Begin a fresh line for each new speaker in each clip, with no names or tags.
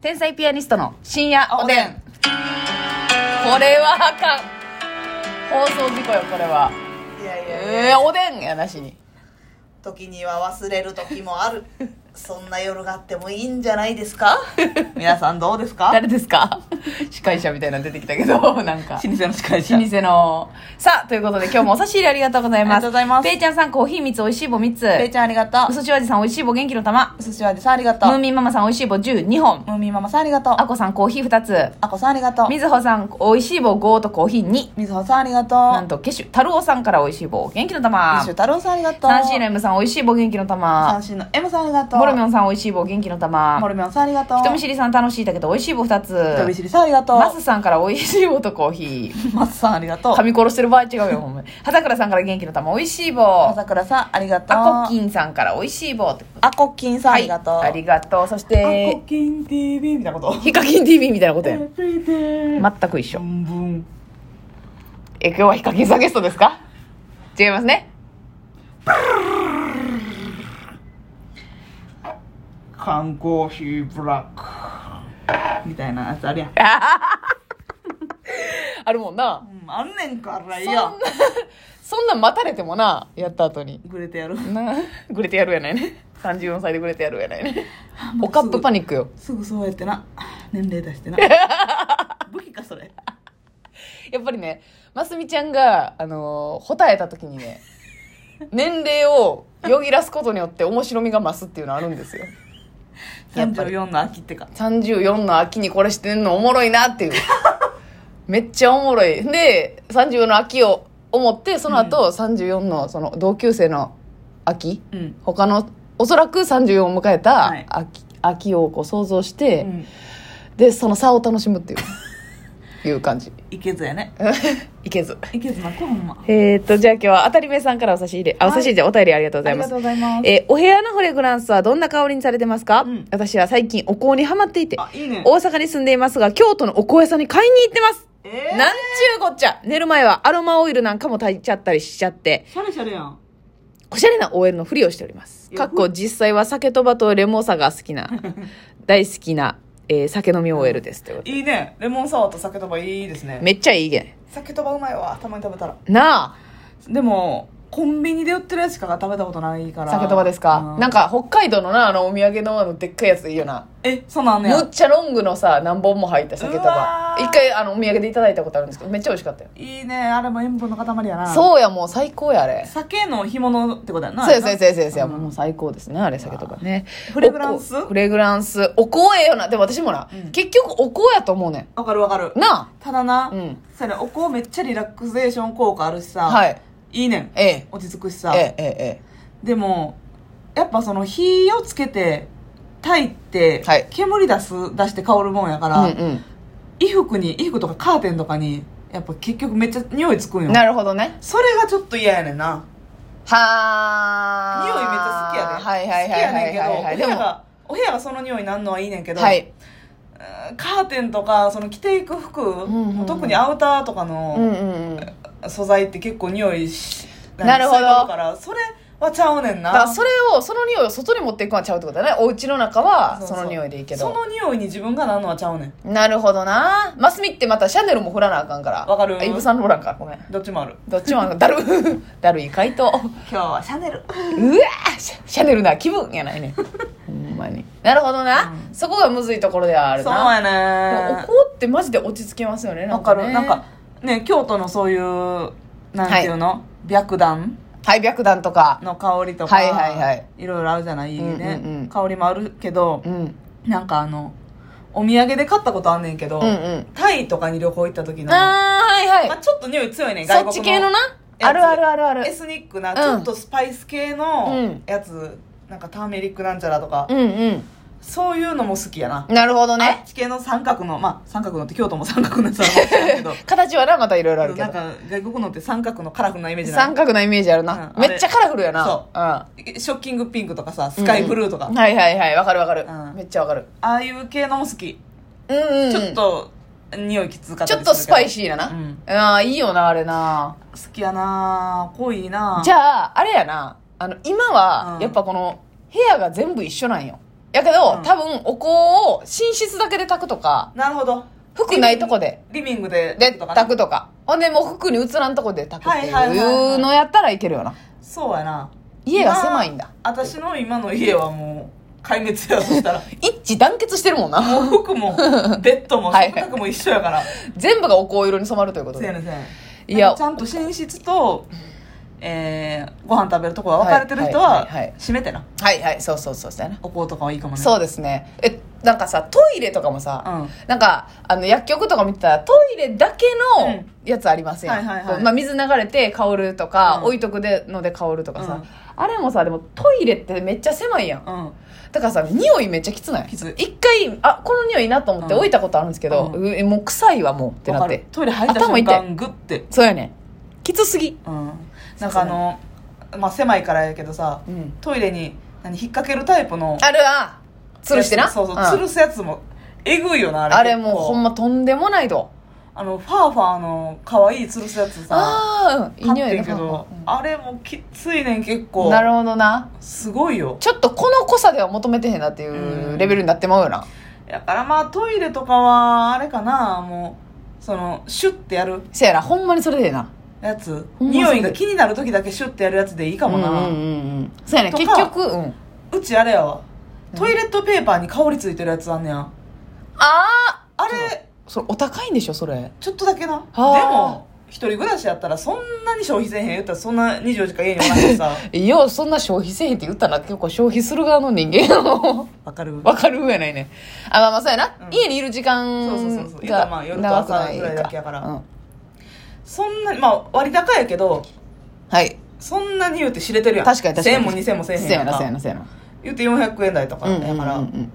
天才ピアニストの深夜おで
おで
ん。これはあかん。放送事故よ、これは。
いやいやいや、
えー、おでんやなしに。
時には忘れる時もある そんな夜があってもいいんじゃないで すか皆さんどうですか
誰ですか司会者みたいなの出てきたけど、 なんか。
老舗の司会者
老舗の。さあ、ということで今日もお差し入れありがとうございます。
ありがとうございます
ペイちゃんさん、コーヒー3つ、おいしい棒3つ。
ペイちゃんありがと
うそちおじさん、おいしい棒元気の玉。
う寿司味さんありがと
ムー
う
ミンママさん、おいしい棒10、2本。
ムーミンママさんありがとう
あこさん、コーヒー2つ。
あこさんありがとう
みずほさん、おいしい棒5とコーヒー2。
みずほさんありがと
なん
う
と、ケシュ、太郎さんからおいしい棒、元気の玉。
西太郎さんありがとう
サンシーの M さん、おいしい棒、元気の
三
玉。
振の M さんありがとう
ボルミョンさん、おいしい棒、元気の
モ
玉。
ルミョンさんありがとう
人見知りさん、楽しいだけど、おいしい棒2
人見
つ。
知りさんありがとう
マスさんからおいしい棒とコーヒー。
マスさんありがとう
噛み殺してる場合違うよ、ほんまに。畑倉さんから元気の玉、おいしい棒。
朝
ア
倉さんありがとう
コッキンさんからおいしい棒って。
あこっきんさんありがとう、
はいありがとう。そし
あ
て
こ、きん TV みたい なこと
ヒカキン TV みたいなことやん。
Everyday
全く一緒
ブ。ンブン
え、今日はヒカキンさんゲストですか違いますね。
缶コーヒーブラックみたいなやつあるやん、
あるもんな。
うん、あんねんからい
そんな
や、
そんなん待たれてもな、やった後に。
グレてやる
なグレてやるやないね34歳でグレてやるやないね おカップパニックよ
すぐそうやってな年齢出して な武器かそれ
やっぱりねますみちゃんがあのー、答えた時に ね年齢をよぎらすことによって面白みが増すっていうのあるんですよやっぱり
34の秋ってか
34の秋にこれしてんのおもろいなっていう めっちゃおもろいで34の秋を思ってその後、34のその同級生の秋
うん、
他のおそらく34を迎えた
はい
秋,、秋をこう想像して、
うん、
でその差を楽しむっていう いう感じ
いけずやね
いけず
いけずなこほんま
えー、っとじゃあ今日は当たり目さんからお差し入れあお
はい
差し入れじゃお便りありがとうございます
うございま
えーお部屋のフレグランスはどんな香りにされてますか、
うん
私は最近お香にハマっていて
あいいね
大阪に住んでいますが京都のお香屋さんに買いに行ってます、
えー、
なんちゅうこっちゃ寝る前はアロマオイルなんかも炊いちゃったりしちゃって
シャレシャレやん
おしゃれな OL のふりをしております
いや
かっこ実際は酒とばとレモンサが好き な大好きな、えー酒飲み OL ですということで
いいねレモンサワーと酒とばいいですね
めっちゃいいげん
酒とばうまいわたまに食べたら
なあ
でもコンビニで売ってるやつしか食べたことないから
酒とばですか、
うん
なんか北海道のなあのお土産のあのでっかいやついいよな
えそうなんね
む
や
っちゃロングのさ何本も入った酒と
う
ば
わー
一回あのお土産でいただいたことあるんですけどめっちゃ美味しかったよ、
いいねあれも塩分の塊やな
そうやもう最高やあれ
酒の干物ってことやな
そうやそうやそうやそうやそうや、
うん
もう最高ですねあれ酒とばね
フレグランス
おこフレグランスお香ええよなでも私もな、
うん
結局お香やと思うね
わかるわかる
んな
ただな、
うん
それお香めっちゃリラクゼーション効果あるし
あ
さ、
はい
いいねん
ええ
落ち着くし
え
さ、
えええ
でもやっぱその火をつけて炊いて、
はい
煙出す出して香るもんやから、
ええうん
衣服に衣服とかカーテンとかにやっぱ結局めっちゃ匂いつくん
う
よ
んなるほどね
それがちょっと嫌やねんな
はあ
匂いめっちゃ好きやで、
はいはいはいはいはいはい、
好きやねんけどお部屋がお部屋がその匂いなんのはいいねんけど、
はい
うんカーテンとかその着ていく服、
んうんうん
特にアウターとか
うん
の
うんうんだ
素材って結構匂いし
なるほど
嗅いどるからそれはちゃうねん
から
な
それをその匂いを外に持っていくのはちゃうってことだねお家の中は
そうそ
そうの匂いでいいけ
そ
ど
の匂いに自分がなんのはちゃうねん
なるほどなマスミってまたシャネルも振らなあかんから
わかる
あイブ・サンローランかごめん
どっちもある
どっちもあのだ るだるい回答うわ
今日はシャネル
ーシャシャネルな気分やない ねほんまになるほどな、そこがむずいところではある
そう
な
やね
でもお香ってマジで落ち着きますよねな
わ
ん
か
か,、
る
ね、
なんかね京都のそういうなんていうの、白檀
大白弾とか
の香りとか、
はいはいはい、
ろいろあるじゃない、
うんうんうん
ね香りもあるけど
う、ん
なんかあのお土産で買ったことあんねんけど、
うんうん
タイとかに旅行行った時の、ま
ああはいはい、
あ、ちょっと匂い強いねん
そっち系のな
やつ
あるあるあるある
エスニックな、
ん
ちょっとスパイス系
う
の
ん
やつ、なんかターメリックなんちゃらとか、
うんう
そういうのも好きやな、
んなるほど
あ
ね
っち系の三角のまあ三角のって京都も三角のやつあるかもしれないけ ど
形はなまたいろいろあるけ
なん
ど
か外国のって三角のカラフルなイメージな
三
の
角なイメージあるな、
うんあれ
めっちゃカラフルやな
そ
うん
ショッキングピンクとかさスカイブルーとか、
はいはいはいわかるわかる、
うん
めっちゃわかる
ああいう系のも好き、
うんうんうん
ちょっと匂いきつかった
ちょ
り
っとスパイ
シ
シーなな、
うん
ああいいよなあれな
好きやな濃いな
じゃああれやなあの今は
うん
やっぱこの部屋が全部一緒なんよやけど、
うん
多分お香を寝室だけで炊くとか
なるほど
服ないとこで
リビングで
で
とか
炊くとかほんでもう服に移らんとこで炊くって
はいはいはい
い
は
う
い
のやったらいけるよな
そうやな
家が狭いんだ
今私の今の家はもう壊滅やとしたら
一致団結してるもんな
もう服もベッドも
はい
食卓も一緒やから
全部がお香色に染まるということ
せや
で
ねんせやね
い
ん
や
ちゃんと寝室と、えー、ご飯食べるとこが分かれてる人
はい
は
はいはいはい
閉めてな
はいはいそうそうそうそうやな
お香とかはいいかもね
そううですねえなんかさトイレとかもさ、
うん
なんかあの薬局とか見てたらトイレだけ
う
の
ん
やつありますや
はい
ん、
はいはい
こうまあ、水流れて香るとか、
うん
置いとくでので香るとかさ、
うん
あれもさでもトイレってめっちゃ狭いやん
うん
だからさ匂いめっちゃきつない
きつい
一回あこの匂いなと思って
うん
置いたことあるんですけど、
う
うえもう臭いわもうって
わ
な
か
っ
る
て
トイレ入った
頭
瞬
痛い
間グッて
そうやねんきつすぎ
うんなんかあのまあ狭いからやけどさ
うん
トイレに何引っ掛けるタイプの
あるわ吊るしてな
そうそう、
ん
吊るすやつもえぐいよなあれ
あれもうほん
ま
まとんでもないと
あのファーファーの可愛い吊るすやつさ
ああーうんいい
買っ
匂い
て
だ
んけど
うん
あれもきついねん結構
なるほどな
すごいよ
ちょっとこの濃さでは求めてへんなっていうレベルになってまうよな、
だからまあトイレとかはあれかなもうそのシュッてやる
せやなほんまにそれでええな
やつ
ほんまそう
匂いが気になる時だけシュッてやるやつでいいかもな、
うんうんうんうんそうやね
と
結
か
局うん
うちあれやわトイレットペーパーに香りついてるやつあんねや
ああ
あれ
それお高いんでしょそれ
ちょっとだけなで
あー
も一人暮らしやったらそんなに消費せえへん言ったらそんな24時間家におらん てさ
ようそんな消費せえへんって言ったら結構消費する側の人間の
わか る
わかる上やないねあまあまあそうやな、
うん
家にいる時
そうそうそうそ
間
う言うたらま
が
あ夜と
長くな
朝
い
ぐ
から
いだけやから
うん、
そんなにまあ割高やけど
はい
そんなに言うて知れてるやん
確かに確かに
1000円も2000円もせえへん
せや
ん
な
か
せやなせやな
言うて400円台とか
うんうん
やから、
うんうん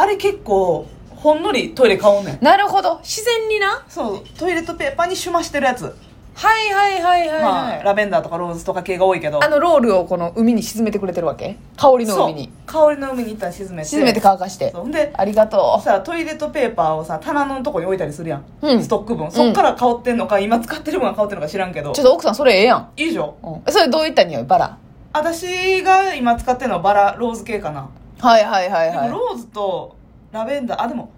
あれ結構ほんのりトイレ買おうねん
なるほど自然にな
そうトイレットペーパーにシュマしてるやつ、
はいはいはいはい、はい
まあ、ラベンダーとかローズとか系が多いけど
あのロールをこの海に沈めてくれてるわけ香りの
そう
海に
香りの海に一旦沈めて
沈めて乾かして
そうほんで
ありがと
さトイレットペーパーをさ棚のとこに置いたりするやん、
うん
ストック分そっから香ってんのか、今使ってる分が香ってんのか知らんけど
うちょっと奥さんそれええやん、
いいじゃん
うん、それどういった匂いバラ
私が今使ってるのはバラローズ系かな、
はいはいはい
で
は
もローズとラベンダーあでも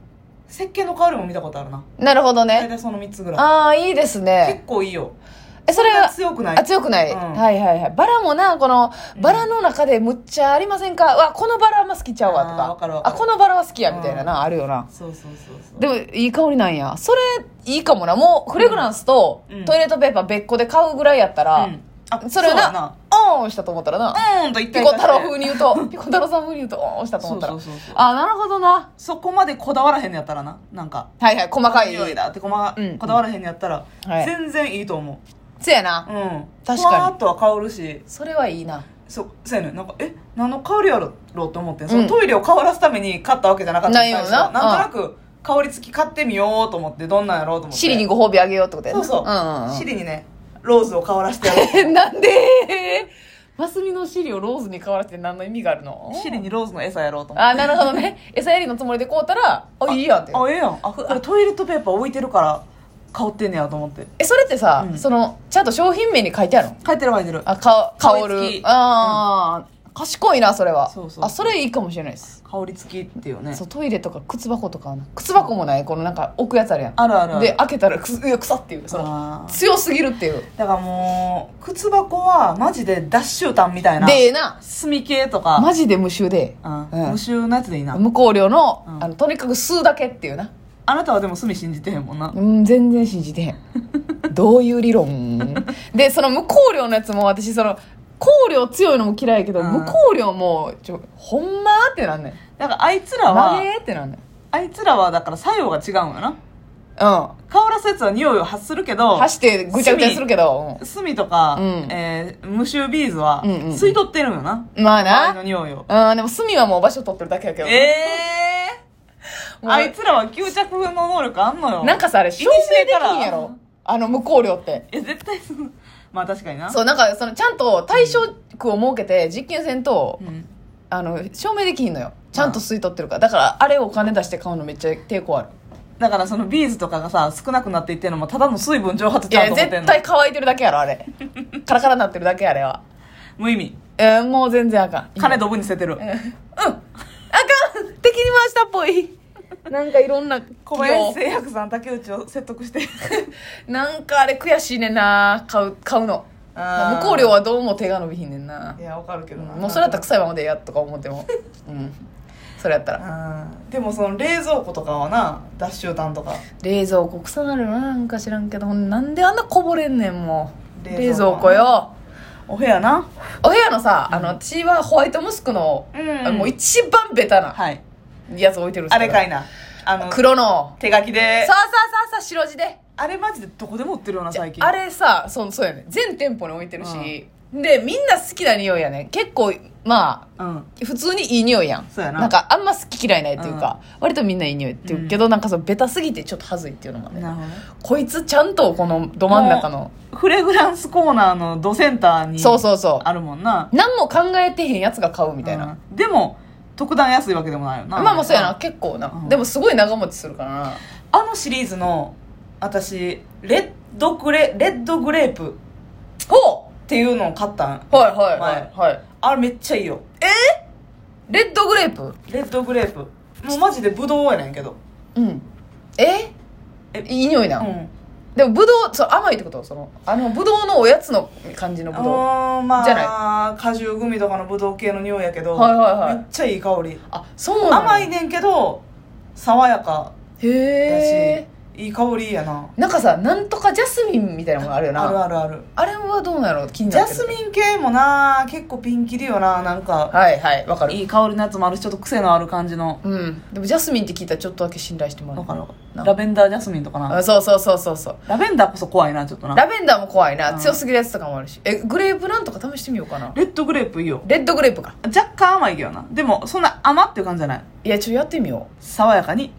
石鹸の香りも見たことあるない
なるほど
大
ね
体その3つぐらい
ああいいです
結
ね
構いいよ
えそれ
そんな
は
強くない
あ強くない、
うん
はいはいはいバラもなこの
うん
バラの中でむっちゃありませんか、うわこのバラあんま好きちゃうわと
あー
か
わかるわかる
あこのバラは好きやみたいなな、あるよな
そうそうそうそう
でもいい香りなんやそれいいかもなもうフレグランスと
うん
トイレットペーパー別個で買うぐらいやったら、
うんあ
それを
うや
なオンしたと思ったらな、
うーんと一
ピ
回
コ太郎風に言うと、ピコ太郎さん風に言うと、おーしたと思ったら。
そうそうそうそう
あ、なるほどな。
そこまでこだわらへんのやったらななんか
はいはい、細かい。
匂いだってこ,、ま
うん
こだわらへんのやったら、
はい
全然いいと思
せや
う
な。
う
確
ん
かに
ふわーっとは香るし
それはいいな。
そうそうやねんなんかえ何の香りやろうと思ってんそ
うん
のトイレを香らすために買ったわけじゃなかった
ないよな
最初はなんとなく香り付き買ってみようと思ってどんなんやろうと思って
シリにご褒美あげようってことや
そ
な。ん
うそう、
んん
シリにねローズを香らしてや ろう
なんでマスミのシリをローズに変わらせて何の意味があるの
シリにローズの餌やろうと思って
あ、なるほどね。餌やりのつもりでこうたら、あ、いいやんって。
あええやんあこれトイレットペーパー置いてるから香ってんねやと思って
え、それってさ
う、ん
その、ちゃんと商品名に書いてあるの
書いてる書いてる
あ、か、香
香り
る
付。き
あー、賢いな、それは
そうそう。そう
あ、それいいかもしれないです。
香り付きっていうね
そうトイレとか靴箱とかはな靴箱もないこのなんか置くやつあるやん
あるあるある
で開けたらくすいや臭っていうその
あー
強すぎるっていう
だからもう靴箱はマジで脱臭炭みたいな
でええな
炭系とか、
マジで無臭で
うん
うん
無臭のやつでいいな
無香料の,、
うん
あのとにかく吸うだけっていうな
あなたはでも炭信じてへんもんな
うん全然信じ てへんどういう理論でその無香料のやつも私その香料強いのも嫌いやけど、
うん
無香料もちょほんまーってなんねん
だからあいつら
な
は
げーってなんねん
あいつらはだから作用が違うんよな
う
香らすやつは匂いを発するけ
ん
ど
走ってぐちゃぐちゃするけど、
炭とか、
うん
えー無臭ビーズは
うんうん
吸い取ってるんよな、
うんまあ
周り
な
の匂いを
うんでも炭はもう場所取ってるだけやけど
ええ
もう
あいつらは吸着の能力あんのよ
なんかさあれ証明できんやろあの無香料って
え絶対その まあ確かにな
そうなんかそのちゃんと対象区を設けて実験せんと、
うん
あの証明できひんのよちゃんと吸い取ってるからだからあれお金出して買うのめっちゃ抵抗ある
だからそのビーズとかがさ少なくなっていってるのもただの水分蒸発
い
ちゃう
や
と思ってん
絶
の
対乾いてるだけやろあ れカラカラになってるだけやあれは
無意味
えーもう全然あかん
金ドブに捨ててる
うんあかんり回したっぽいなんかいろんな
小林製薬さん竹内を説得して
なんかあれ悔しいねんな買う買うの
あー
向こう量はどうも手が伸びひんねんない
やわかるけどな
もうそれやったら臭いままでええやとか思って もうんそれやったら
うんでもその冷蔵庫とかはな脱臭炭とか
冷蔵庫臭なるななんか知らんけどほんでなんであんなこぼれんねんもう冷
冷
蔵
蔵
庫
庫
よ
お部屋な
お部屋のさ、あの私はホワイトムスクの、
うん
あもう一番ベタな
はい
やつ置いてるんです
あ
け
れ
ど
かいなあの
黒の
手書き
さあ
で
さあさあさあ白地で
あれマジでどこでも売ってるよな最近
あれさそうそうやね全店舗に置いてるし、でみんな好きな匂いやね結構まあ
うん
普通にいい匂いやん
そうやなん
かあんま好き嫌いないっていうか、割とみんないい匂いっていうけど、なんかそのベタすぎてちょっと恥ずいっていうのがね
なるほどね
こいつちゃんとこのど真ん中の
フレグランスコーナーのドセンターに
そうそうそう
あるもんな
何も考えてへんやつが買うみ
み
たいな、
でも特段安いわけでもないよな
まあまあそうやな結構な、
うん
でもすごい長持ちするからな
あのシリーズの私レッドグレレッドグレープ
ほ
っていうのを買ったん
うはいはいはいはい
あれめっちゃいいよ
レッドグレープ
レッドグレープもうマジでブドウやねんけど
うんえ
え
いい匂いな、
うん
でもブドウそう甘いってことそのあのブドウのおやつの感じのブドウは
あーまあ
じゃ
果汁グミとかのブドウ系の匂いやけど、
いはいは
め
い
っちゃいい香り
あそうなの
甘いねんけど爽やかだし、
へえ
いい香りやな
なんかさなんとかジャスミンみたいなのがあるよな
あるあるある
あれはどうなの気に
ジ
な
ャ
ってる
スミン系もな結構ピンキリよななんか
はいはいわかる
いい香りのやつもあるしちょっと癖のある感じの
うんでもジャスミンって聞いたらちょっとだけ信頼してもら
わ
う
かるわか
な
るラベンダージャスミンとかな
あそうそうそうそうそう
ラベンダーこそ怖いなちょっとな
ラベンダーも怖いな、
うん
強すぎるやつとかもあるしえグレープなんとか試してみようかな
レッドグレープいいよ
レッドグレープか
若干甘いけどなでもそんな甘っていう感じじゃない
いやちょっとやってみよ
爽やかに